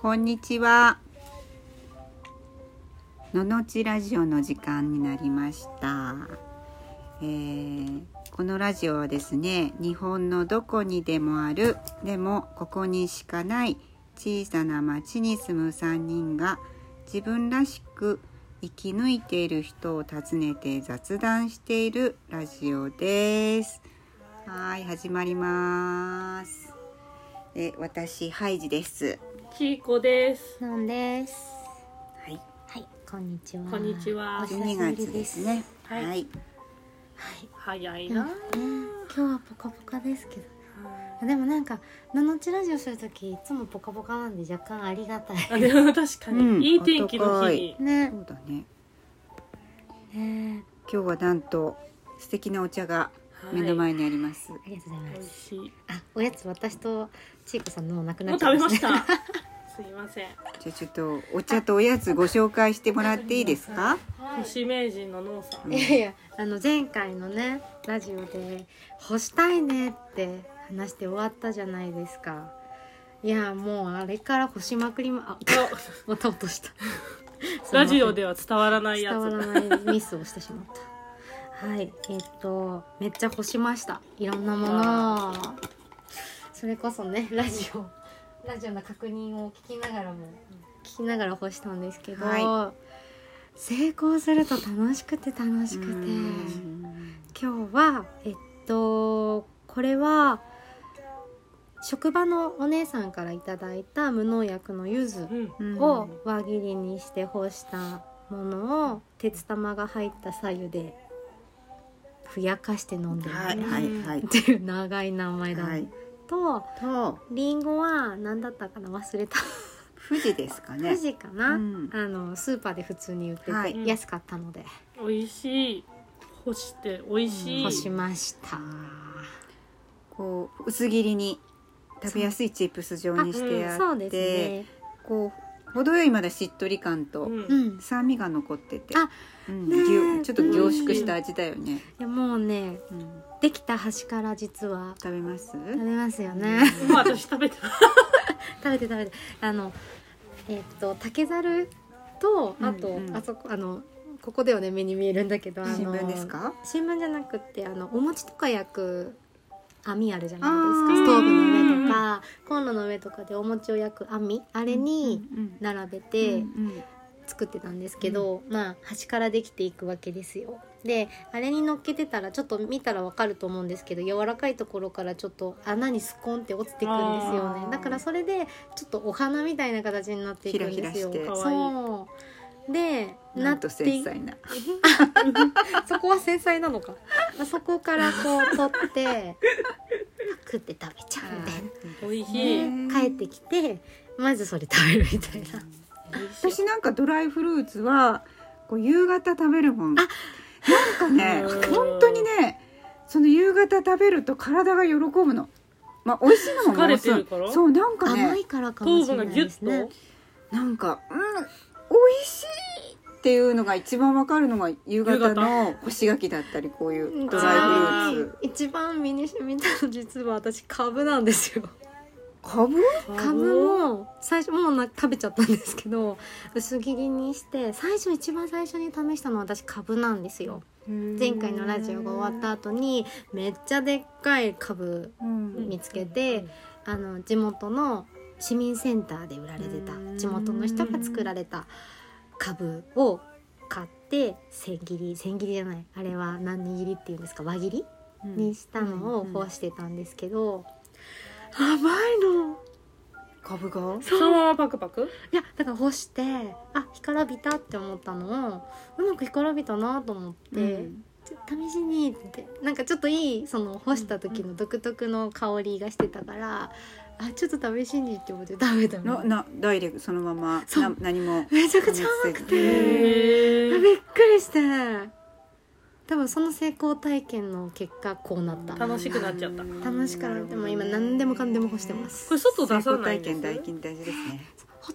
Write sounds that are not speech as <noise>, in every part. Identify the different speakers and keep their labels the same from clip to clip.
Speaker 1: こんにちは。ののちラジオの時間になりました。えーこのラジオはですね、日本のどこにでもある、でもここにしかない小さな町に住む3人が自分らしく生き抜いている人を訪ねて雑談しているラジオです。はい、始まります。え、私ハイジです。
Speaker 2: ちいこです。
Speaker 3: のんです。
Speaker 1: はい。
Speaker 3: はい、こんにちは。
Speaker 2: こんにちは。
Speaker 1: 12月ですね。はい。はい、
Speaker 2: 早いな、ね。
Speaker 3: 今日はポカポカですけど。でもなんか「ののちラジオ」する時いつもポカポカなんで若干ありがたい
Speaker 2: 確かに、うん、いい天気の日に
Speaker 1: ねそうだね
Speaker 3: ね、
Speaker 1: 今日はなんと素敵なお茶が目の前にあります、はい
Speaker 3: ありがとうございます
Speaker 2: い
Speaker 3: あおやつ私とちいこさんのなくな
Speaker 2: っちゃいました、ね、すいません
Speaker 1: じゃちょっとお茶とおやつご紹介してもらっていいですか
Speaker 2: 星名人のノーさん、
Speaker 3: <laughs> いやいやあの前回のねラジオで「干したいね」って話して終わったじゃないですかいやもうあれから干しまくり <laughs> まあまた落とした
Speaker 2: <laughs> ラジオでは伝わらないやつ
Speaker 3: 伝わらないミスをしてしまった <laughs> はいえっ、ー、とめっちゃ干しましたいろんなものそれこそねラジオラジオの確認を聞きながらも聞きながら干したんですけど、はい、成功すると楽しくて楽しくて今日はえっとこれは職場のお姉さんから頂いた無農薬の柚子を輪切りにして干したものを鉄玉が入った左右でふやかして飲んでる、はいはい、っていう長い名前だ、はい、とりんごは何だったかな忘れた
Speaker 1: 富士ですかね
Speaker 3: 富士かな、うん、あのスーパーで普通に売ってて安かったので、
Speaker 2: うん、美味しい干して美味しい、うん、
Speaker 3: 干しました
Speaker 1: こう薄切りに食べやすいチップス状にしてあって、うんね、こう程よいまだしっとり感と酸味が残ってて、うん、うんね、ちょっと凝縮した味だよね、うん、い
Speaker 3: やもうね、できた端から実は
Speaker 1: 食べます食
Speaker 3: べますよね、
Speaker 2: もう私食べて
Speaker 3: 食べて食べてあのえー、っと竹ざとあと、うんうん、あそこあのここではね目に見えるんだけど
Speaker 1: 新聞ですか
Speaker 3: 新聞じゃなくてあのお餅とか焼く網あるじゃないですかストーブの上とかコンロの上とかでお餅を焼く網あれに並べて作ってたんですけど、うんうん、まあ端からできていくわけですよ。であれに乗っけてたらちょっと見たらわかると思うんですけど柔らかいところからちょっと穴にスコンって落ちてくんですよねだからそれでちょっとお花みたいな形になっていくんですよ。
Speaker 1: ひらひら
Speaker 3: そうで
Speaker 1: なって
Speaker 3: そこは繊細なの <laughs> か、まあ、そこからこう取ってパクって食べちゃ
Speaker 2: うんで、ね、
Speaker 3: 帰ってきてまずそれ食べるみたいな
Speaker 1: 私なんかドライフルーツはこう夕方食べるもんなんかね本当にねその夕方食べると体が喜ぶのまあ美味しいのも
Speaker 2: 疲れてるから
Speaker 1: そうなんかね
Speaker 3: 甘いからかもしれないですね
Speaker 1: なんかうん美味しいっていうのが一番わかるのが夕方の干し柿だったりこういうドライフルーツ
Speaker 3: 一番身に染みたの実は私カブなんですよ
Speaker 1: カブ
Speaker 3: カブも最初もうな食べちゃったんですけど <laughs> 薄切りにして最初一番最初に試したのは私カブなんですよ前回のラジオが終わった後にめっちゃでっかいカブ見つけて、あの地元の市民センターで売られてた地元の人が作られた株を買って千切り千切りじゃないあれは何切りっていうんですか輪切り、うん、にしたのを干してたんですけど、うんうん、甘いの
Speaker 1: 株が
Speaker 2: そのままパクパク
Speaker 3: いやだから干してあ干からびたって思ったのをうまく干からびたなと思って。うん試しにってなんかちょっといいその干した時の独特の香りがしてたから、あちょっと試しにって思って食べた
Speaker 1: のなダイレクトそのままな何も
Speaker 3: めちゃくちゃ甘くてびっくりして多分その成功体験の結果こうなった
Speaker 2: 楽しくなっちゃった
Speaker 3: 楽しくなっても今何でもかんでも干してます
Speaker 2: これ外出さない
Speaker 1: 体験大金大事ですね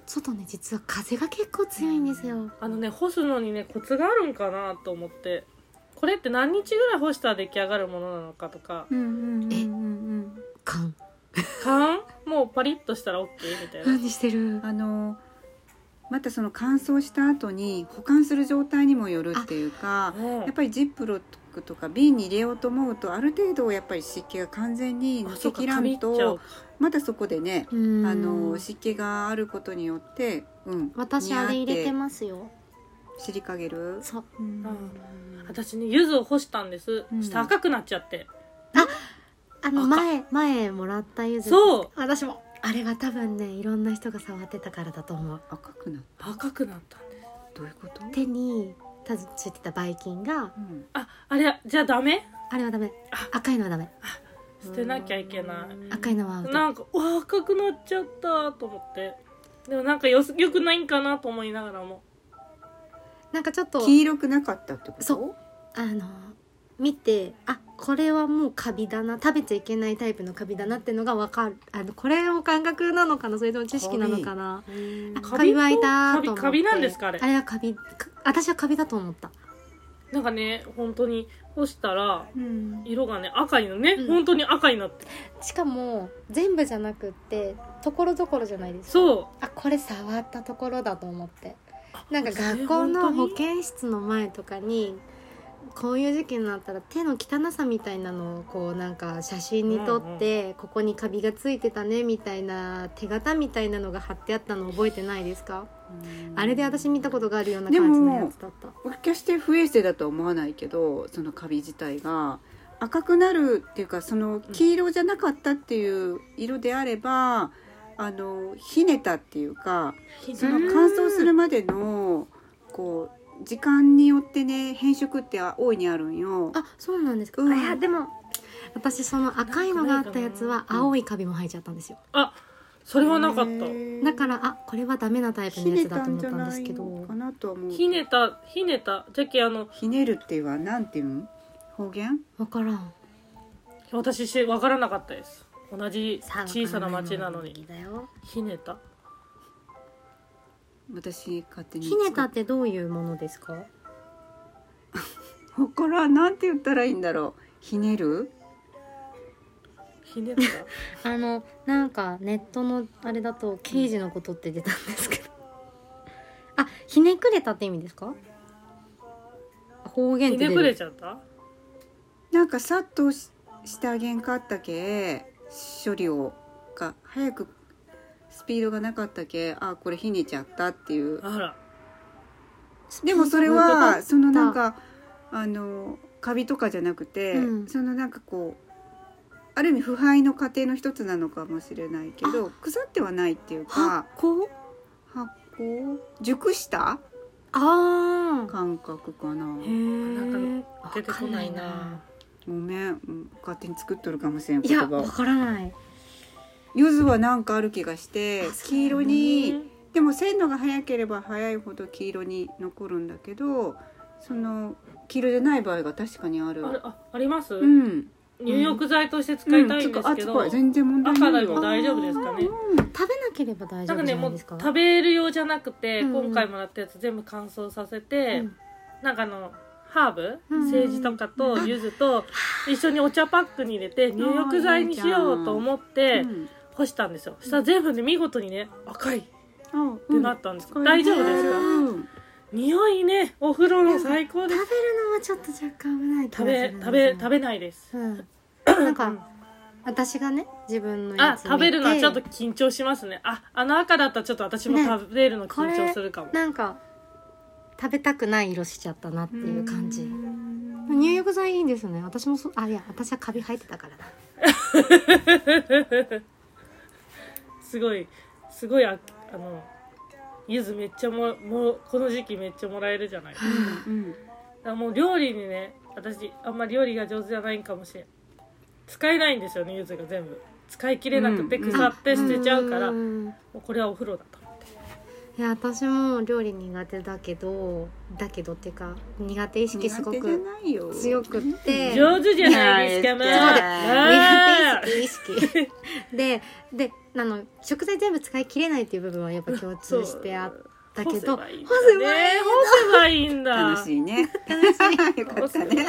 Speaker 3: 外ね実は風が結構強いんですよ
Speaker 2: あのね干すのにねコツがあるんかなと思ってこれって何日ぐらい干したら出来上がるものなのかとか、
Speaker 3: うんうんうんうん、え勘
Speaker 2: 勘もうパリッとしたら OK みたいな
Speaker 3: 何してる
Speaker 1: あのまたその乾燥した後に保管する状態にもよるっていうか
Speaker 2: うん
Speaker 1: やっぱりジップロックとか瓶に入れようと思うとある程度やっぱり湿気が完全に
Speaker 2: あ
Speaker 1: 抜
Speaker 2: そう
Speaker 1: け
Speaker 2: か
Speaker 1: きらん
Speaker 2: 紙いっちゃう
Speaker 1: と
Speaker 2: か
Speaker 1: またそこでねあ
Speaker 3: あ
Speaker 1: の湿気があることによって、うん、
Speaker 3: 私あれ入れて
Speaker 1: す
Speaker 3: ますよ
Speaker 1: 尻かげる、
Speaker 3: そう
Speaker 1: うん
Speaker 2: 私ね柚子を干したんです、
Speaker 1: うん
Speaker 2: 下赤くなっちゃって
Speaker 3: あの
Speaker 2: 赤
Speaker 3: 前前もらったゆず
Speaker 2: そう
Speaker 3: 私もあれは多分ねいろんな人が触ってたからだと思う
Speaker 1: 赤くなる
Speaker 2: 赤くなったんです
Speaker 1: どういうこと、
Speaker 3: 手にたずついてたばい菌が
Speaker 1: うん、
Speaker 2: ああれじゃあダメ
Speaker 3: あれはダメ
Speaker 2: あ
Speaker 3: 赤いのはダメ
Speaker 2: 捨てなきゃいけない
Speaker 3: 赤いのはアウト
Speaker 2: なんかうわ赤くなっちゃったと思ってでもなんかよすよくないんかなと思いながらも
Speaker 3: なんかちょっと
Speaker 1: 黄色くなかったってこと
Speaker 3: そあの見てあこれはもうカビだな食べちゃいけないタイプのカビだなってのがわかるあのこれも感覚なのかなそれとも知識なのかなあ
Speaker 2: カビ
Speaker 3: カビはいたと思っ
Speaker 2: カビ
Speaker 3: て
Speaker 2: カビなんですかあれ
Speaker 3: あれはカビか私はカビだと思った
Speaker 2: なんかね本当に干したら
Speaker 1: うん、
Speaker 2: 色がね赤いのね、
Speaker 3: うん
Speaker 2: 本当に赤になって
Speaker 3: しかも全部じゃなくってところどころじゃないですか
Speaker 2: そう
Speaker 3: あこれ触ったところだと思ってなんか
Speaker 2: それ
Speaker 3: 学校の
Speaker 2: 本当
Speaker 3: 保
Speaker 2: に
Speaker 3: 健室の前とかにこういう時期になったら手の汚さみたいなのをこうなんか写真に撮って、ここにカビがついてたねみたいな手形みたいなのが貼ってあったの覚えてないですか、あれで私見たことがあるような感じのやつだった
Speaker 1: 決して不衛生だとは思わないけどそのカビ自体が赤くなるっていうかその黄色じゃなかったっていう色であれば、あのひねたっていうかその乾燥するまでのこう時間によってね変色って大いにあるんよ。
Speaker 3: あそうなんですか、
Speaker 1: うん
Speaker 3: あいやでも私その赤いのがあったやつは青いカビも生えちゃったんですよ
Speaker 2: あそれはなかった
Speaker 3: だからあこれはダメなタイプ
Speaker 1: ひ
Speaker 3: のや
Speaker 1: ね
Speaker 3: つだ
Speaker 1: た
Speaker 3: と
Speaker 1: ん
Speaker 3: 思っ
Speaker 1: じ
Speaker 3: た
Speaker 1: ゃ
Speaker 3: んで
Speaker 1: な
Speaker 3: す
Speaker 1: い
Speaker 3: けど
Speaker 1: のかなとは思うけど
Speaker 2: ひねたひねたじゃけあの
Speaker 1: ひねるっていうのはなんていうん方言
Speaker 3: 分からん
Speaker 2: 私しわからなかったです同じ小さな町なのに
Speaker 3: だよ
Speaker 2: ひねた
Speaker 1: 私勝手に
Speaker 3: ひねたってどういうものですか
Speaker 1: ここからなんて言ったらいいんだろうひねる
Speaker 2: ひねた
Speaker 3: あのなんかネットのあれだと刑事のことって出たんですけど、あひねくれたって意味ですか方言っ
Speaker 2: ひ
Speaker 3: て
Speaker 2: ね
Speaker 3: 出
Speaker 2: くれ
Speaker 3: る
Speaker 2: ちゃった
Speaker 1: なんかさっとししてあげんかったけ処理をか早くスピードがなかったけあこれひねちゃったっていう
Speaker 2: あら
Speaker 1: でもそれはそのなん
Speaker 3: だ
Speaker 1: かあのカビとかじゃなくて、
Speaker 3: うん
Speaker 1: そのなんかこうある意味腐敗の過程の一つなのかもしれないけど腐ってはないっていう
Speaker 3: 発
Speaker 1: か
Speaker 3: 酵
Speaker 1: 発酵熟した
Speaker 3: あー
Speaker 1: 感覚かな
Speaker 2: なん
Speaker 3: か
Speaker 2: 出てこないな
Speaker 1: ごめんうん勝手に作っとるかもしれん
Speaker 3: い
Speaker 1: 言
Speaker 3: やわ
Speaker 1: 葉
Speaker 3: からない
Speaker 1: 柚子はなんかある気がして
Speaker 3: あそう
Speaker 1: 黄色
Speaker 2: う
Speaker 1: に
Speaker 2: ん
Speaker 1: でも鮮度が早ければ早いほど黄色に残るんだけどその黄色じゃない場合が確かにある
Speaker 2: あれああります、
Speaker 1: うん
Speaker 2: 入浴剤として使いたいん
Speaker 1: う
Speaker 2: ですけど、
Speaker 1: あ使う全然問題
Speaker 2: 赤
Speaker 1: な
Speaker 2: で
Speaker 1: いよ
Speaker 2: も大丈夫ですかね
Speaker 3: 食べなければ大
Speaker 2: な
Speaker 3: 丈
Speaker 2: んか
Speaker 3: 夫じ
Speaker 2: ね
Speaker 3: ゃな
Speaker 2: も
Speaker 3: いうですか
Speaker 2: 食べる用じゃなくて、
Speaker 3: うんうん
Speaker 2: 今回もらったやつ全部乾燥させて、
Speaker 3: うん
Speaker 2: なんかあのハーブ、
Speaker 3: うん
Speaker 2: セージとかと柚子と一緒にお茶パックに入れて入浴剤にしようと思って
Speaker 1: うん
Speaker 2: 干したんですよしたら全部で見事にね赤いっ
Speaker 1: あう
Speaker 2: て
Speaker 1: ん
Speaker 2: なったんですけど、
Speaker 1: これ
Speaker 2: 大丈夫ですか
Speaker 1: うん
Speaker 2: 匂いねお風呂の最高です
Speaker 3: 食べるのはちょっと若干危ない気が
Speaker 2: 食
Speaker 3: する
Speaker 2: べ
Speaker 3: んです
Speaker 2: 食
Speaker 3: よ
Speaker 2: べ食べないです
Speaker 3: うん、なん
Speaker 2: う
Speaker 3: か
Speaker 2: ん
Speaker 3: 私がね自分のや
Speaker 2: あ
Speaker 3: つ見て
Speaker 2: 食べるのはちょっと緊張しますねああの赤だったらちょっと私も
Speaker 3: ね
Speaker 2: 食べるの
Speaker 3: こ
Speaker 2: 緊
Speaker 3: れ
Speaker 2: 張するかも、
Speaker 3: なんか食べたくない色しちゃったなっていう感じ
Speaker 1: うん
Speaker 3: 入浴剤いいんですね私もそうあいや私はカビ生えてたからな
Speaker 2: すごいすごいああの柚子めっちゃももうこの時期めっちゃもらえるじゃないですか
Speaker 1: うん
Speaker 2: だからもう料理にね私あんまり料理が上手じゃないんかもしれん使えないんですよね柚子が全部使い切れなくて
Speaker 1: うん
Speaker 2: 腐って捨てちゃうから、も
Speaker 3: ん
Speaker 2: うこれはお風呂だと
Speaker 3: いや私も料理苦手だけどだけどっていうか苦手意識すご
Speaker 1: 苦手じゃ
Speaker 3: く
Speaker 1: ないよ
Speaker 3: 強くって
Speaker 2: 上手じゃないですか
Speaker 1: い
Speaker 2: ま
Speaker 1: や
Speaker 2: あ
Speaker 1: そう
Speaker 2: あ
Speaker 3: 苦手意識意識でであの食材全部使い切れないっていう部分はやっぱ共通してあったけど
Speaker 2: 干せばいいん
Speaker 3: 干
Speaker 2: だ
Speaker 3: せばい
Speaker 2: ね干せばい
Speaker 3: い
Speaker 2: いんだ
Speaker 1: 楽しいね <laughs> よか
Speaker 2: 干
Speaker 1: っ
Speaker 2: せ
Speaker 1: た
Speaker 2: ばいい
Speaker 1: ね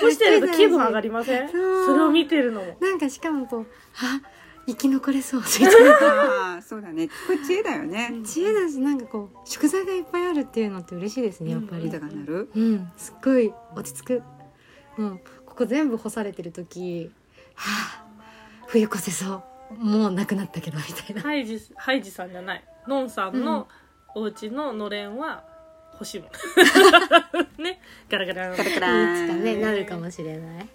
Speaker 2: 干してると気分上がりません
Speaker 3: そう
Speaker 2: それを見てるのも
Speaker 3: なんかしかもこうあ生き残れ <laughs> そうみたいな
Speaker 1: ああそうだねこれ知恵だよね
Speaker 3: 知恵だしなんかこう食材がいっぱいあるっていうのって嬉しいですねやっぱり、
Speaker 1: 豊かになる
Speaker 3: うん、すっごい落ち着く。もうここ全部干されてる時、はあ、冬越せそう。もうなくなったけどみ <laughs> たいな。
Speaker 2: ハイジハイジさんじゃないのんさんのお家ののれんは欲しいも
Speaker 3: <laughs>
Speaker 2: んねガラガラ
Speaker 1: カラカラ
Speaker 3: いつかね
Speaker 1: ーン
Speaker 3: なるかもしれない。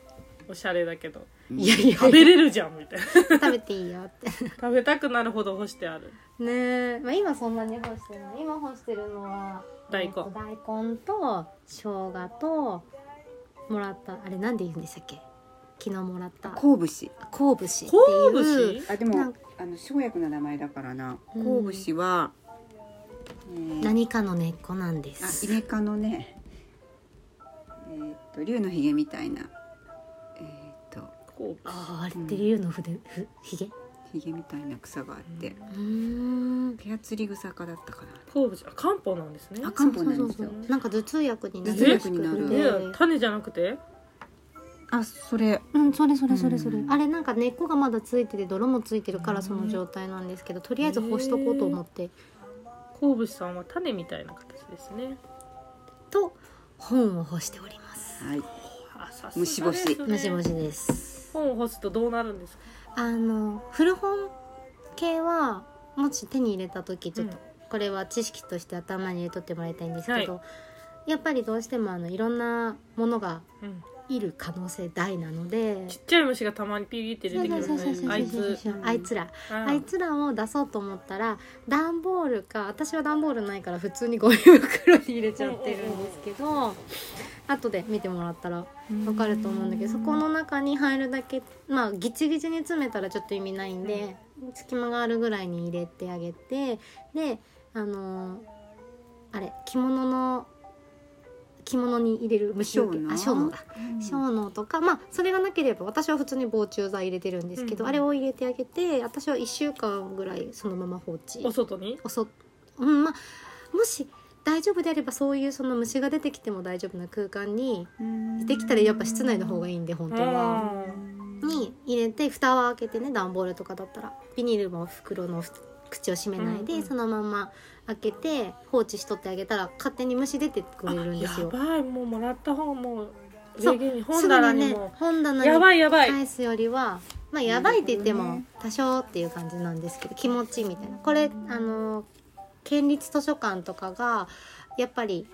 Speaker 2: おしゃれだけど
Speaker 3: いやいや
Speaker 2: 食べれるじゃんみたいな
Speaker 3: 食べていいよって。
Speaker 2: 食べたくなるほど干してある
Speaker 3: ねえ、まあ今そんなに干してない。今干してるのは
Speaker 2: 大根
Speaker 3: えっと大根と生姜ともらったあれなんで言うんでしたっけ？昨日もらった
Speaker 1: 鉱節
Speaker 3: 鉱節っていう。
Speaker 2: 昆布し
Speaker 1: あで
Speaker 3: な
Speaker 1: も
Speaker 3: んか
Speaker 1: あの生薬の名前だからな
Speaker 3: うん
Speaker 1: 鉱節は、えー
Speaker 3: 何かの根っこなんで
Speaker 1: あ
Speaker 3: す
Speaker 1: イ。ネ科のねえーっと竜のひげみたいなえーっと
Speaker 2: こう
Speaker 3: ああ、あれって竜の筆ふひげ？う
Speaker 1: ひげみたいな草があって
Speaker 3: ーん。
Speaker 1: ペアツリグサ科だったかな
Speaker 2: こうじゃあ漢方なんですね
Speaker 1: あ漢方なんですよ
Speaker 3: そうそうそうなんか頭痛薬になる
Speaker 1: 頭痛薬になる
Speaker 2: ね
Speaker 3: らしくて
Speaker 2: 種じゃなくて
Speaker 1: あそれ
Speaker 3: うん、それそれそれそれ、
Speaker 1: うん
Speaker 3: あれなんか根っこがまだついてて泥もついてるからその状態なんですけどとりあえず干しとこうと思って、
Speaker 2: こうさんは種みたいな形ですね
Speaker 3: と本を干しております
Speaker 1: はい
Speaker 2: あさすが
Speaker 1: 虫干し
Speaker 2: ですね
Speaker 3: もしもしです
Speaker 2: 本を干すとどうなるんですか
Speaker 3: あの古本系はもし手に入れた時ちょっと、
Speaker 2: うん
Speaker 3: これは知識として頭に入れとってもらいたいんですけど、やっぱりどうしてもあのいろんなものが
Speaker 2: うん
Speaker 3: いる可能性大なので
Speaker 2: ちっちゃい虫がたまにピーって出てくる
Speaker 3: そうそうそうそう
Speaker 2: ねあいつ
Speaker 3: そうそうそうあいつらあいつらを出そうと思ったら段ボールか私は段ボールないから普通にゴミ袋に入れちゃってるんですけど後で見てもらったら
Speaker 2: うん
Speaker 3: 分かると思うんだけどそこの中に入るだけまあギチギチに詰めたらちょっと意味ないんで隙間があるぐらいに入れてあげてであのーあれ着物の着物に入れる虫よけあ小脳だ小脳とかまあそれがなければ私は普通に防虫剤入れてるんですけど、
Speaker 2: うん
Speaker 3: あれを入れてあげて私は1週間ぐらいそのまま放置
Speaker 2: お外に
Speaker 3: おそうんまあもし大丈夫であればそういうその虫が出てきても大丈夫な空間にできたらやっぱ室内の方がいいんで本当は。
Speaker 2: あ
Speaker 3: に入れて蓋は開けてね段ボールとかだったらビニールも袋のふ口を閉めないで、
Speaker 2: うんうん
Speaker 3: そのまま開けて放置しとってあげたら勝手に虫出てく
Speaker 2: ー
Speaker 3: れるんですよ。
Speaker 2: あやばいもうもらった方もう
Speaker 3: そう
Speaker 2: 礼儀に
Speaker 3: す
Speaker 2: 本
Speaker 3: ぐ
Speaker 2: 棚
Speaker 3: に
Speaker 2: に
Speaker 3: ね
Speaker 2: も
Speaker 3: 本棚に
Speaker 2: やばいやばい
Speaker 3: 返すよりはまあやばいって言って
Speaker 1: なるほど
Speaker 3: も
Speaker 1: ね
Speaker 3: 多少っていう感じなんですけど気持ちいいみたいなこれあの県立図書館とかがやっぱり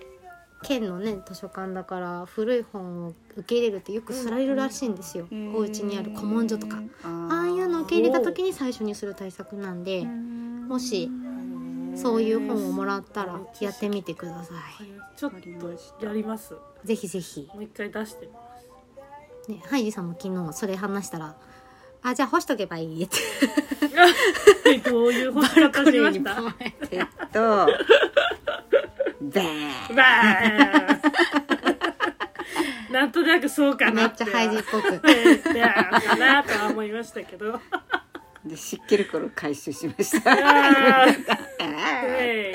Speaker 3: 県のね図書館だから古い本を受け入れるってよくすられるらしいんですよ、お家にある古文書とかああいうのを受け入れた時に最初にする対策なんでもしそういう本をもらったらやってみてくださ
Speaker 2: ちょっ
Speaker 1: わかりまし
Speaker 2: と
Speaker 1: た
Speaker 2: やりますも
Speaker 3: いぜひぜひ
Speaker 2: う一回出
Speaker 3: <laughs>
Speaker 2: してみます
Speaker 3: ね、ハイジさんも昨日それ話したら「あじゃあ干しとけばいい」って
Speaker 2: あどういう干し方しまし
Speaker 3: バ
Speaker 2: た
Speaker 3: ンコ
Speaker 1: えっとべー
Speaker 2: バーンなんとなくそう
Speaker 3: リ
Speaker 2: か
Speaker 3: にめ
Speaker 2: な
Speaker 3: っちゃハイジっぽく
Speaker 2: ってかなとは思いましたけど
Speaker 1: で湿気る頃回収しました
Speaker 2: <laughs> あ
Speaker 1: え
Speaker 2: ーええ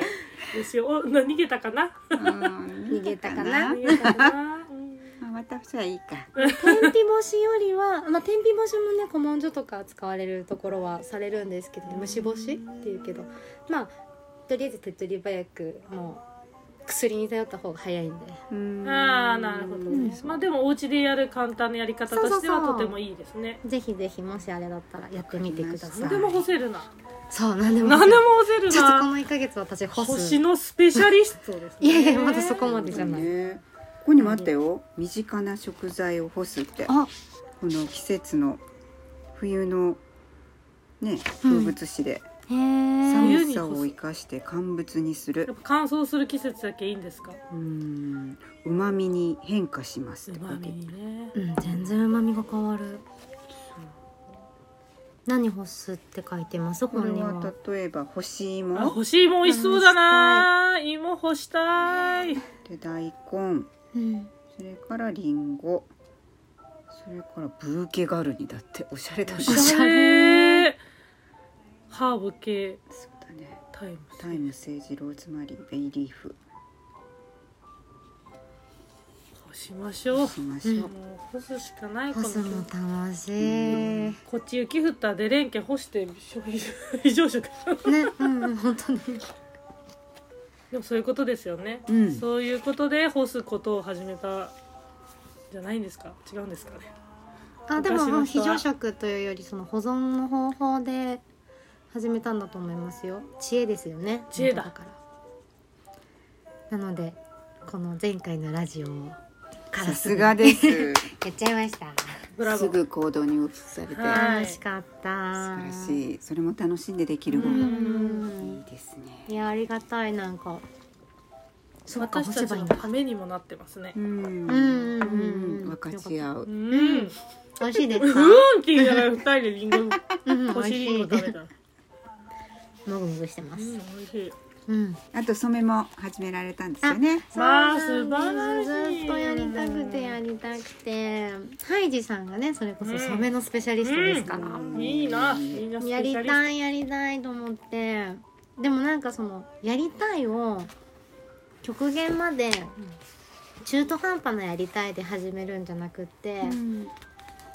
Speaker 2: ですよおな逃げたかな
Speaker 1: ーうん
Speaker 3: 逃げたかな
Speaker 2: 逃げたかな、うん
Speaker 1: まあまたじゃあいいか
Speaker 3: 天日干しよりは、まあ、天日干しもね古文書とか使われるところはされるんですけど、虫干しっていうけどまあとりあえず手っ取り早くもう薬に頼った方が早いんで
Speaker 2: ああなるほどね、まあでもお家でやる簡単なやり方としては
Speaker 3: そうそうそ
Speaker 2: と
Speaker 3: う
Speaker 2: てもいいですね
Speaker 3: ぜひぜひもしあれだったらやってみてくだ
Speaker 1: そ
Speaker 3: さ
Speaker 1: う
Speaker 3: い
Speaker 2: 何でも干せるな
Speaker 3: そう何でも
Speaker 2: 何でも干せる
Speaker 3: ちょっとこ
Speaker 2: な
Speaker 3: の1か月私干す
Speaker 2: 星のスペシャリストですね
Speaker 3: いやいやまだそこまでじゃない、
Speaker 1: ねここにもあったよ身近な食材を干すってこ
Speaker 3: あ
Speaker 1: の季節の冬のね
Speaker 3: う
Speaker 1: 風
Speaker 3: ん
Speaker 1: 物詩で
Speaker 3: へえ
Speaker 1: 寒
Speaker 2: 冬に干
Speaker 1: さ
Speaker 2: す
Speaker 1: を生かして乾物にす
Speaker 2: やっ
Speaker 1: る
Speaker 2: ぱ乾燥する季節だけいいんですか
Speaker 1: うーんうまみに変化します
Speaker 2: う
Speaker 1: って書
Speaker 2: ま
Speaker 1: いて
Speaker 2: みにね
Speaker 3: うん、全然旨味が変わる。何干すって書いてます
Speaker 1: これ
Speaker 3: 本には。
Speaker 1: は例えば干し
Speaker 2: あ
Speaker 1: 芋
Speaker 2: 干し芋美味しそうだな芋干したい
Speaker 1: で大根
Speaker 3: うん。
Speaker 1: それからりんごそれからブーケガルニだっておしゃれだね
Speaker 3: お
Speaker 2: お
Speaker 3: し
Speaker 2: し
Speaker 3: ゃ
Speaker 2: ゃ
Speaker 3: れ
Speaker 2: れハーブ系
Speaker 1: そうだね
Speaker 2: タイム
Speaker 1: タイムセージローズマリーベイリーフ
Speaker 2: 干ししましょう
Speaker 1: しましょう、
Speaker 2: もう干すしかないか
Speaker 3: 干
Speaker 2: もし
Speaker 3: す
Speaker 2: れない
Speaker 3: の楽しい、
Speaker 2: こっち雪降ったでレンケ干して消費非常食
Speaker 3: ねうんうん本当ね
Speaker 2: でもそういうことですよね、
Speaker 1: うん
Speaker 2: そういうことで干すことを始めたじゃないんですか違うんですかね
Speaker 3: あで
Speaker 2: 昔の
Speaker 3: も
Speaker 2: 人は
Speaker 3: もう非常食というよりその保存の方法で始めたんだと思いますよ知恵ですよね
Speaker 2: 知恵だ
Speaker 3: 本当からなのでこの前回のラジオから
Speaker 1: さすがです <laughs>
Speaker 3: やっちゃいました
Speaker 2: ブラボ
Speaker 1: す
Speaker 2: ー
Speaker 1: ぐ行動に移されて素
Speaker 2: は
Speaker 1: 晴
Speaker 2: い
Speaker 3: 楽しかった
Speaker 1: らしいそれも楽しんでできる
Speaker 3: う
Speaker 1: 方がい
Speaker 3: ん
Speaker 1: いです
Speaker 3: い
Speaker 1: ね
Speaker 3: やありがたいなんかそっか
Speaker 2: 私
Speaker 3: 干
Speaker 2: た
Speaker 3: せ
Speaker 2: ち
Speaker 3: ばいい
Speaker 2: の
Speaker 3: の
Speaker 2: た
Speaker 3: か
Speaker 2: めにもなってますね
Speaker 1: う、ん
Speaker 3: うんうんうん
Speaker 1: 分かち合
Speaker 2: う、
Speaker 1: うん
Speaker 2: うん
Speaker 3: ん美味しいです
Speaker 2: う
Speaker 3: か
Speaker 2: んって言いながら二人でリ
Speaker 3: <laughs>
Speaker 2: ンゴ
Speaker 3: うん
Speaker 2: 干しリンゴ食べた、うん、
Speaker 3: もぐもぐしてま
Speaker 2: 美
Speaker 3: す
Speaker 2: 味しい
Speaker 3: うん
Speaker 1: あと染めも始められたんですよね
Speaker 2: まあ
Speaker 3: そうなんです
Speaker 2: 素晴らしい
Speaker 3: ずっとやりたくてやりたくてハイジさんがねそれこそ染めのスペシャリストですから、
Speaker 2: うんいいなみんなスペシ
Speaker 3: や
Speaker 2: ャリ
Speaker 3: り
Speaker 2: スト
Speaker 3: たいやりたいと思ってでもなんかその「やりたい」を極限まで中途半端な「やりたい」で始めるんじゃなくって、
Speaker 1: うん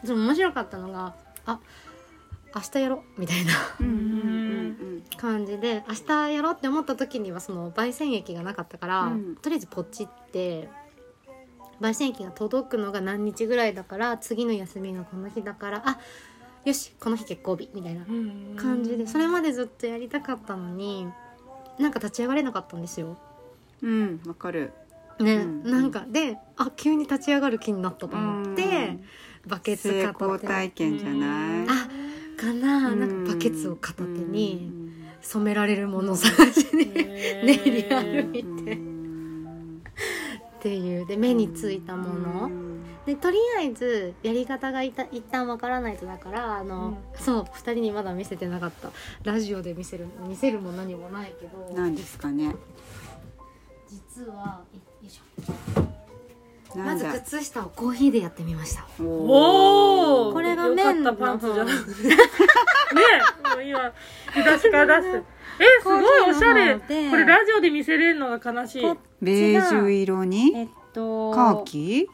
Speaker 3: でも面白かったのが「あ明日やろう」みたいな
Speaker 1: うんうん
Speaker 3: 感じで明日やろうって思った時にはその焙煎液がなかったから、
Speaker 1: うん
Speaker 3: とりあえずポチって焙煎液が届くのが何日ぐらいだから次の休みがこの日だからあよしこの日結構日みたいな
Speaker 2: うん
Speaker 3: 感じでそれまでずっとやりたかったのになんか立ち上がれなかったんですよ。
Speaker 1: うんうんわかる
Speaker 3: ね、
Speaker 1: うん
Speaker 3: なんかであ急に立ち上がる気になったと思って、バケツ
Speaker 1: 成
Speaker 3: 片手
Speaker 1: 功体験じゃない
Speaker 3: あかな、
Speaker 1: うん
Speaker 3: なんかバケツを片手
Speaker 1: う
Speaker 3: に
Speaker 1: ん
Speaker 3: 染められるものを探しに、っ
Speaker 2: ね
Speaker 3: 練り歩いて
Speaker 1: うん
Speaker 3: ていうで目についたもの、
Speaker 1: うん
Speaker 3: でとりあえずやり方がいた一旦わからないとだからあの、そう2人にまだ見せてなかったラジオで見せる見せるも何もないけど
Speaker 1: 何ですかね
Speaker 3: 実はよいしょ
Speaker 1: な
Speaker 3: ま
Speaker 1: ん
Speaker 3: ず
Speaker 1: だ
Speaker 3: 靴下をコーヒーでやってみました
Speaker 2: おお
Speaker 3: これが麺
Speaker 2: よ
Speaker 3: の
Speaker 2: かったパンツじゃな <laughs> く
Speaker 3: 方
Speaker 2: てねもう今日差しから出すえすごいおしゃれ
Speaker 3: コーヒーの方で
Speaker 2: これラジオで見せれるのが悲しい
Speaker 3: こ
Speaker 1: ベージュ色
Speaker 3: えっ
Speaker 1: に
Speaker 3: と
Speaker 1: カーキ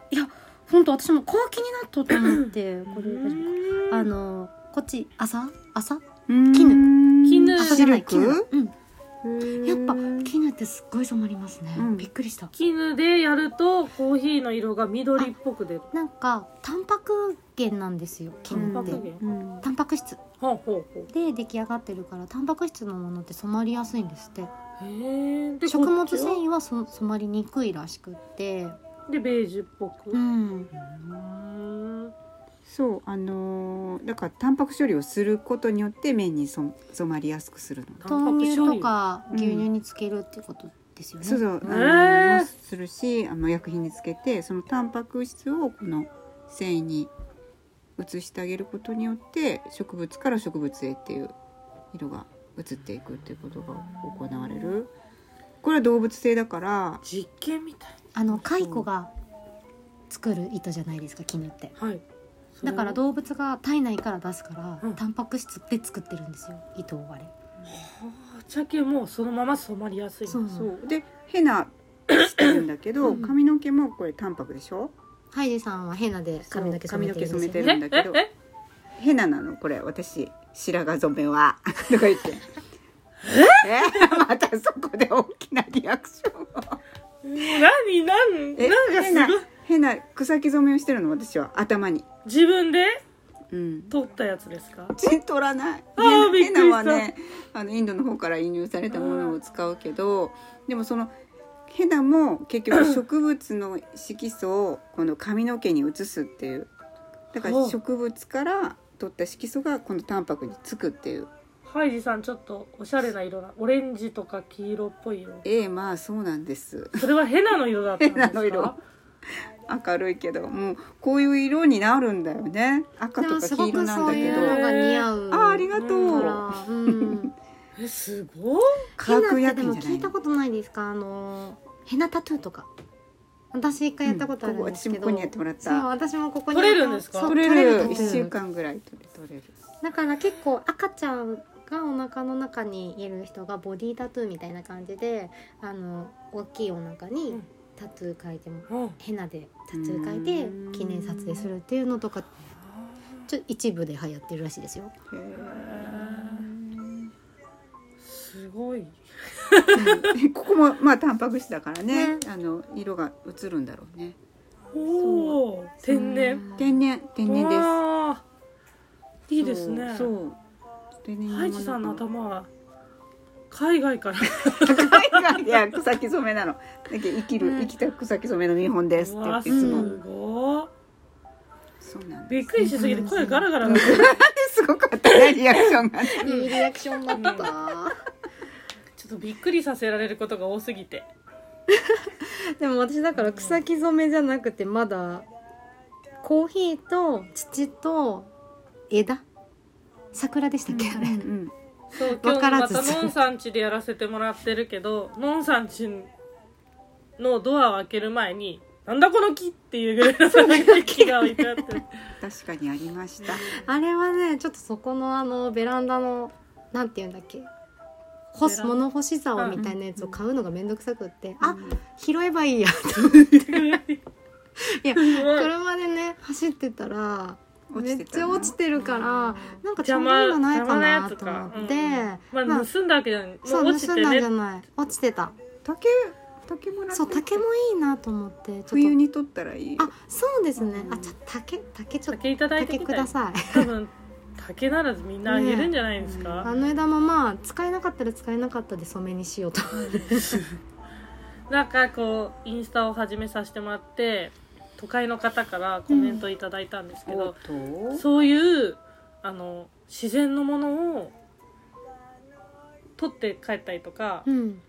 Speaker 3: 本当私もカーキになっとと思ってこれ大丈
Speaker 2: うん
Speaker 3: 夫あのこっち朝朝
Speaker 1: 絹
Speaker 2: 絹
Speaker 3: 朝じ
Speaker 1: シ
Speaker 3: ゃない
Speaker 1: ル
Speaker 3: 絹
Speaker 1: ク
Speaker 3: うんやっぱ
Speaker 1: うん
Speaker 3: 絹ってすっごい染まりますね、
Speaker 1: うん
Speaker 3: びっくりした
Speaker 2: 絹でやるとコーヒーの色が緑っぽく出る
Speaker 3: なんかタンパク源なんですよ絹
Speaker 1: うん
Speaker 3: って
Speaker 2: タンパク源
Speaker 1: うん
Speaker 3: タンパク質
Speaker 2: ほうほうほう
Speaker 3: で出来上がってるからタンパク質のものって染まりやすいんですって
Speaker 2: へーで
Speaker 3: 食物繊
Speaker 2: 維
Speaker 3: 維はそ染まりにくいらしくって
Speaker 2: でベージュっぽく
Speaker 3: うん
Speaker 2: うん
Speaker 1: そうあのーだからタンパク処理をすることによって麺にそ染まりやすくするの
Speaker 2: タン
Speaker 3: 豆
Speaker 2: パク
Speaker 3: 乳
Speaker 2: 処
Speaker 3: と
Speaker 2: 理
Speaker 3: か牛乳につけるってことですよね、
Speaker 1: そうそうあの
Speaker 2: へー
Speaker 1: もするしあの薬品につけてそのタンパク質をこの繊維に移してあげることによって植物から植物へっていう色が移っていくっていうことが行われるこれは動物性だから
Speaker 2: 実験みたい
Speaker 3: あの蚕が作る糸じゃないですか絹って
Speaker 2: はい
Speaker 3: だから動物が体内から出すから、
Speaker 2: うん
Speaker 3: タンパク質で作ってるんですよ糸をあれ
Speaker 2: 茶系もそのまま染まりやすい
Speaker 3: そう
Speaker 1: そうでヘナしてるんだけど
Speaker 3: うん
Speaker 1: 髪の毛もこれタンパクでしょ
Speaker 3: ハイジさんはヘナで髪の毛染めてるんですよ、
Speaker 1: そう
Speaker 3: ね、
Speaker 1: 髪の毛染めてるんだけど
Speaker 2: え
Speaker 1: ヘナなのこれ私白髪染めは <laughs> とか言って。え <laughs> またそこで大きなリアクションを
Speaker 2: え何何
Speaker 1: え
Speaker 2: なんかすごい
Speaker 1: 変な変な草木染めをしてるの私は頭に
Speaker 2: 自分で
Speaker 1: うん
Speaker 2: 取ったやつですか
Speaker 1: 血取らない
Speaker 2: あーびっ
Speaker 1: ヘ
Speaker 2: くりし
Speaker 1: ナ
Speaker 2: た
Speaker 1: はねあのインドの方から輸入されたものを使うけどでもそのヘナも結
Speaker 2: <clears throat>
Speaker 1: 局植物の色素をこの髪の毛に移すっていうだか
Speaker 2: ほ
Speaker 1: ら
Speaker 2: う
Speaker 1: 植物から取った色素がこのタンパクにつくっていう
Speaker 2: ハイジさんちょっとおしゃれな色なオレンジとか黄色っぽい色
Speaker 1: ええまあそうなんです
Speaker 2: それはヘナの色だったんですか
Speaker 1: ヘナの色明るいけどもうこういう色になるんだよね赤
Speaker 3: で
Speaker 1: と
Speaker 3: も
Speaker 1: か黄
Speaker 3: すご
Speaker 1: 色
Speaker 3: く
Speaker 1: なん
Speaker 3: そう
Speaker 1: だ
Speaker 3: い
Speaker 1: け
Speaker 3: う
Speaker 1: ど
Speaker 3: のが似合う
Speaker 1: あーありがとう
Speaker 3: からうん
Speaker 2: えすごい
Speaker 1: 化学
Speaker 3: ヘナって
Speaker 1: 薬
Speaker 3: でも
Speaker 1: 品じゃな
Speaker 3: 聞
Speaker 1: い
Speaker 3: い
Speaker 1: の
Speaker 3: たことないですかあのヘナタトゥーとか私一回やったことあるんですけ
Speaker 1: うんここ私もこ
Speaker 3: ど、
Speaker 1: こにやってもらっ
Speaker 3: そう
Speaker 1: た
Speaker 3: 私もここに
Speaker 2: 取れるんですか
Speaker 3: そう
Speaker 1: 取れ
Speaker 3: タト
Speaker 1: る
Speaker 3: ゥー
Speaker 1: 一週間ぐらい取れ取れる
Speaker 3: だから結構赤ちゃんがお腹の中にいる人がボディタトゥーみたいな感じであの大きいお腹にタトゥー描いても
Speaker 2: うん
Speaker 3: ヘナでタトゥー描いて記念撮影するっていうのとかちょっと一部で流行ってるらしいですよ。
Speaker 2: すごい
Speaker 1: <laughs> ここもまあタンパク質だからね
Speaker 3: ね
Speaker 1: あの色が映るんだろうね
Speaker 2: おお天然
Speaker 1: 天然天然です
Speaker 2: わーいいですね
Speaker 1: そうそう天然
Speaker 2: ハイジさんの頭は海外から
Speaker 1: 海外では草木染めなのだけど生きる、
Speaker 3: うん
Speaker 1: 生きた草木染めの日本ですって言
Speaker 2: わ
Speaker 1: っ
Speaker 2: あ
Speaker 1: ていつ
Speaker 2: す
Speaker 1: も、
Speaker 3: うん
Speaker 2: ごい
Speaker 1: そうなんで
Speaker 2: びっくりしすぎて声ガラガラ
Speaker 1: すすごかったねリアクションがね
Speaker 3: いいリアクションだった。
Speaker 2: ちょっとびっくりさせられることが多すぎて
Speaker 3: でも私だから草木染めじゃなくてまだコーヒーと土と枝桜でしたっけ、あれ
Speaker 1: うん
Speaker 2: そう今
Speaker 3: わ
Speaker 2: 日
Speaker 3: から
Speaker 2: ま
Speaker 3: ず
Speaker 2: たノンさんちでやらせてもらってるけどノンさんちのドアを開ける前に「なんだこの木!」っていうぐらいの木が置いてあって
Speaker 1: 確かにありました
Speaker 3: <laughs> あれはねちょっとそこのあのベランダのなんていうんだっけ干す
Speaker 2: ベラン
Speaker 3: 物干し竿みたいなやつを買うのがめんどくさくって、あ拾えばいいやいや
Speaker 2: すごい
Speaker 3: 車でね走ってたら
Speaker 1: 落
Speaker 3: め
Speaker 1: ち
Speaker 3: って
Speaker 1: た
Speaker 3: ちゃ落ちてるからなんかちょうどいいのないかなと思って、
Speaker 2: まあ、
Speaker 3: まあ
Speaker 2: 盗んだわけじゃないも
Speaker 3: そう
Speaker 2: う落ち
Speaker 3: 盗
Speaker 2: て
Speaker 3: んだん
Speaker 2: ね
Speaker 3: じゃない落ちてた
Speaker 1: 竹竹もらって
Speaker 3: そう竹もいいなと思ってちょっと
Speaker 1: 冬に取ったらいいよ
Speaker 3: あそうですね
Speaker 1: うん
Speaker 3: あちょ竹竹ちょっと
Speaker 2: 竹いただいて
Speaker 3: 竹
Speaker 2: き
Speaker 3: く
Speaker 2: た
Speaker 3: だ
Speaker 2: よ
Speaker 3: さい
Speaker 2: 多分竹ならずみんなあげるんじゃないですか、
Speaker 3: あの枝もまあ使えなかったら使えなかったで染めにしようと
Speaker 2: なんかこうインスタを始めさせてもらって都会の方からコメントいただいたんですけど、
Speaker 1: おっと
Speaker 2: そういうあの自然のものを取って帰ったりとか、
Speaker 3: うん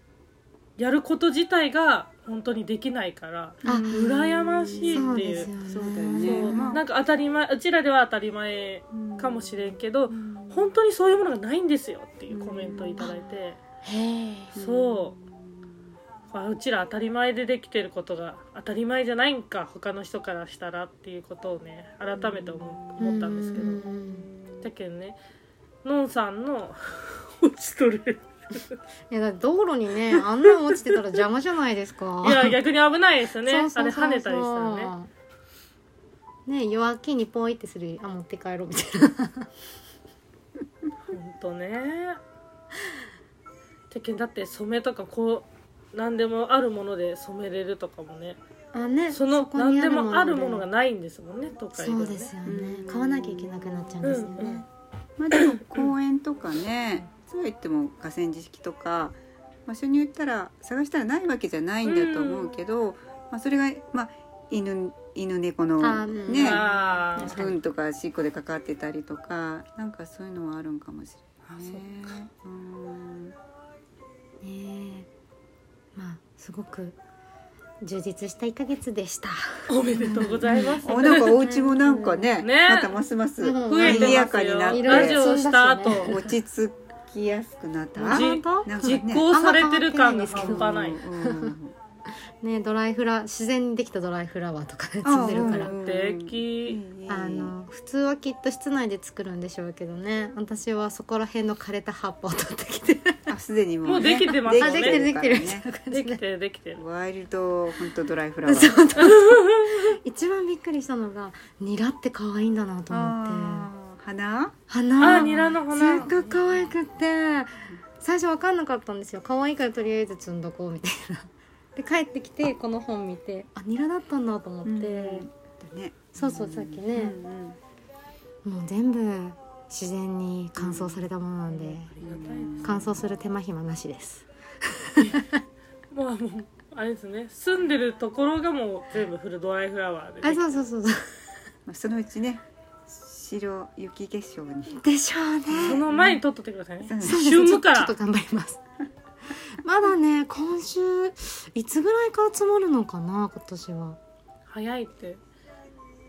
Speaker 2: やること自体が本当にできないから
Speaker 3: あ
Speaker 2: 羨ましい
Speaker 3: そう
Speaker 2: って
Speaker 3: で
Speaker 2: いう
Speaker 3: すよね
Speaker 1: そうだよね
Speaker 2: そう
Speaker 1: まあ
Speaker 2: なんか当たり前うちらでは当たり前かもしれんけど、本当にそういうものがないんですよっていうコメントをいただいて、
Speaker 3: へえ
Speaker 2: そうあうちら当たり前でできてることが当たり前じゃないんか他の人からしたらっていうことをね改めて思う思ったんですけど、だけどねのんさんの落ちとる
Speaker 3: いやだって道路にねあんなん落ちてたら邪魔じゃないですか
Speaker 2: いや逆に危ないですよね
Speaker 3: そうそうそうそう
Speaker 2: あれ跳ねたりしたらね
Speaker 3: ね夜明けにポイってするよりあ持って帰ろうみたい
Speaker 2: ほんとねだけどだって染めとかこう何でもあるもので染めれるとかもね
Speaker 3: なあね
Speaker 2: その
Speaker 3: こ
Speaker 2: 何
Speaker 3: に
Speaker 2: でもあるものが
Speaker 3: ね
Speaker 2: ないんですもんね都会で
Speaker 3: そ
Speaker 2: はね
Speaker 3: うですよ
Speaker 1: う
Speaker 3: ね
Speaker 1: ん
Speaker 3: 買わなきゃいけなくなっちゃうんですよね、
Speaker 2: うんうん
Speaker 1: まあでも公園とかねそうは言っても河川敷とか場所に言ったら探したらないわけじゃないんだと思うけど、まあ、それが、まあ、犬犬猫
Speaker 3: あ
Speaker 1: の
Speaker 3: うん
Speaker 1: ね
Speaker 2: あー
Speaker 3: うん
Speaker 1: 糞とか尻尾でかかってたりとかなんかそういうのはあるんかもしれないね。うん
Speaker 3: ねえまあすごく充実した1ヶ月でした
Speaker 2: おめでとうございます
Speaker 1: おなんかお家もなんかね
Speaker 2: ね
Speaker 1: またますます
Speaker 3: うん
Speaker 2: 増えて
Speaker 1: 賑や
Speaker 2: ま
Speaker 1: か
Speaker 2: す
Speaker 1: に
Speaker 2: よ
Speaker 1: なって
Speaker 3: いろいろ
Speaker 2: ラジオした後、
Speaker 3: そ
Speaker 1: 落ち着きやすくなった。
Speaker 3: あ
Speaker 2: じ
Speaker 3: 本当
Speaker 1: なんかね
Speaker 2: 実行されてる感が半端ない
Speaker 1: うんうん
Speaker 3: ねえドライフラ自然にできたドライフラワーとかね積んでるから
Speaker 1: うん
Speaker 2: 素敵
Speaker 3: あの普通はきっと室内で作るんでしょうけどね私はそこら辺の枯れた葉っぱを取ってきて
Speaker 1: あすでにも
Speaker 2: もうできてますね
Speaker 3: あできてるできてる
Speaker 1: できてるか
Speaker 2: できてるできてる
Speaker 1: らねワイルド本当ドライフラワー
Speaker 3: そう <laughs> 一番びっくりしたのがニラって可愛いんだなと思って
Speaker 1: あー花
Speaker 3: 花
Speaker 2: あニラの
Speaker 3: す
Speaker 2: 花
Speaker 3: っごい可愛くって最初わかんなかったんですよ可愛いからとりあえず摘んどこうみたいなで帰ってきてこの本見てあニラだったんだと思って、
Speaker 1: ね
Speaker 3: そうそうさっき
Speaker 1: う
Speaker 3: ね、
Speaker 1: ん
Speaker 3: もう全部自然に乾燥されたものなんで
Speaker 1: うん
Speaker 3: 乾燥する手間暇なしです
Speaker 2: まあもうあれですね住んでるところがもう全部フルドライフラワーでね、
Speaker 3: あそうそうそうそう
Speaker 1: まあそのうちね白雪化粧に
Speaker 3: でしょうね
Speaker 2: その前に撮っとってくださいね、
Speaker 1: うん
Speaker 3: そうです
Speaker 2: 旬むから
Speaker 3: ちょっとちょっと頑張りますまだね今週いつぐらいから積もるのかな今年は
Speaker 2: 早いって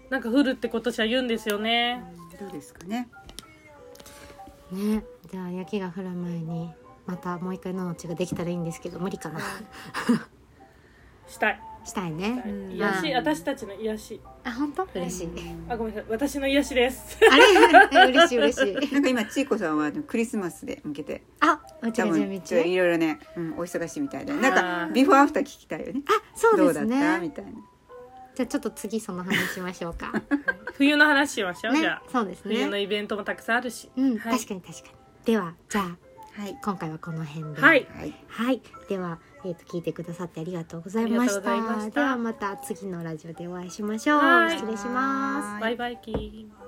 Speaker 2: なんか降るって今年は言うんですよね
Speaker 1: どうですかね
Speaker 3: ねじゃあ雪が降る前に
Speaker 2: <laughs>
Speaker 3: またもう一回ののちができたらいいんですけど無理かな
Speaker 2: したい
Speaker 3: したいね。
Speaker 1: ん
Speaker 2: 癒し、
Speaker 3: うん
Speaker 2: 私たちの癒し
Speaker 3: あ本当嬉しい。
Speaker 2: あごめんなさい私の癒しです <laughs>
Speaker 3: あれ <laughs> 嬉しい嬉しい。
Speaker 1: なんか今ちいこさんはあのクリスマスで向けて
Speaker 3: あうち
Speaker 1: 多
Speaker 3: の
Speaker 1: 分
Speaker 3: 準
Speaker 1: ちょっとい
Speaker 3: 備中。
Speaker 1: ろいろね、うん、お忙しいみたいで
Speaker 2: ー
Speaker 1: なんかビフォーアフター聞きたいよね
Speaker 3: あそうで
Speaker 1: ど
Speaker 3: す
Speaker 1: うだった
Speaker 3: ね
Speaker 1: み。たいな
Speaker 3: じゃあちょっと次その話しましょうか。
Speaker 2: 冬の話しましょう、 <laughs> じ
Speaker 3: ね
Speaker 2: ゃあ
Speaker 3: そうです
Speaker 2: 冬の
Speaker 3: ね。
Speaker 2: イベントもたくさんあるし、
Speaker 3: うん
Speaker 2: はい
Speaker 3: 確かに確かに。ではじゃあ
Speaker 1: はい
Speaker 3: 今回はこの辺で。
Speaker 2: はい
Speaker 1: はい
Speaker 3: はい、では、えー、と聞いてくださってありがとうございまし
Speaker 2: ありがとうございま
Speaker 3: た
Speaker 2: した
Speaker 3: ではまた次のラジオでお会いしましょう
Speaker 2: はい
Speaker 3: 失礼しま
Speaker 1: は
Speaker 3: す
Speaker 1: い
Speaker 2: バイバイキー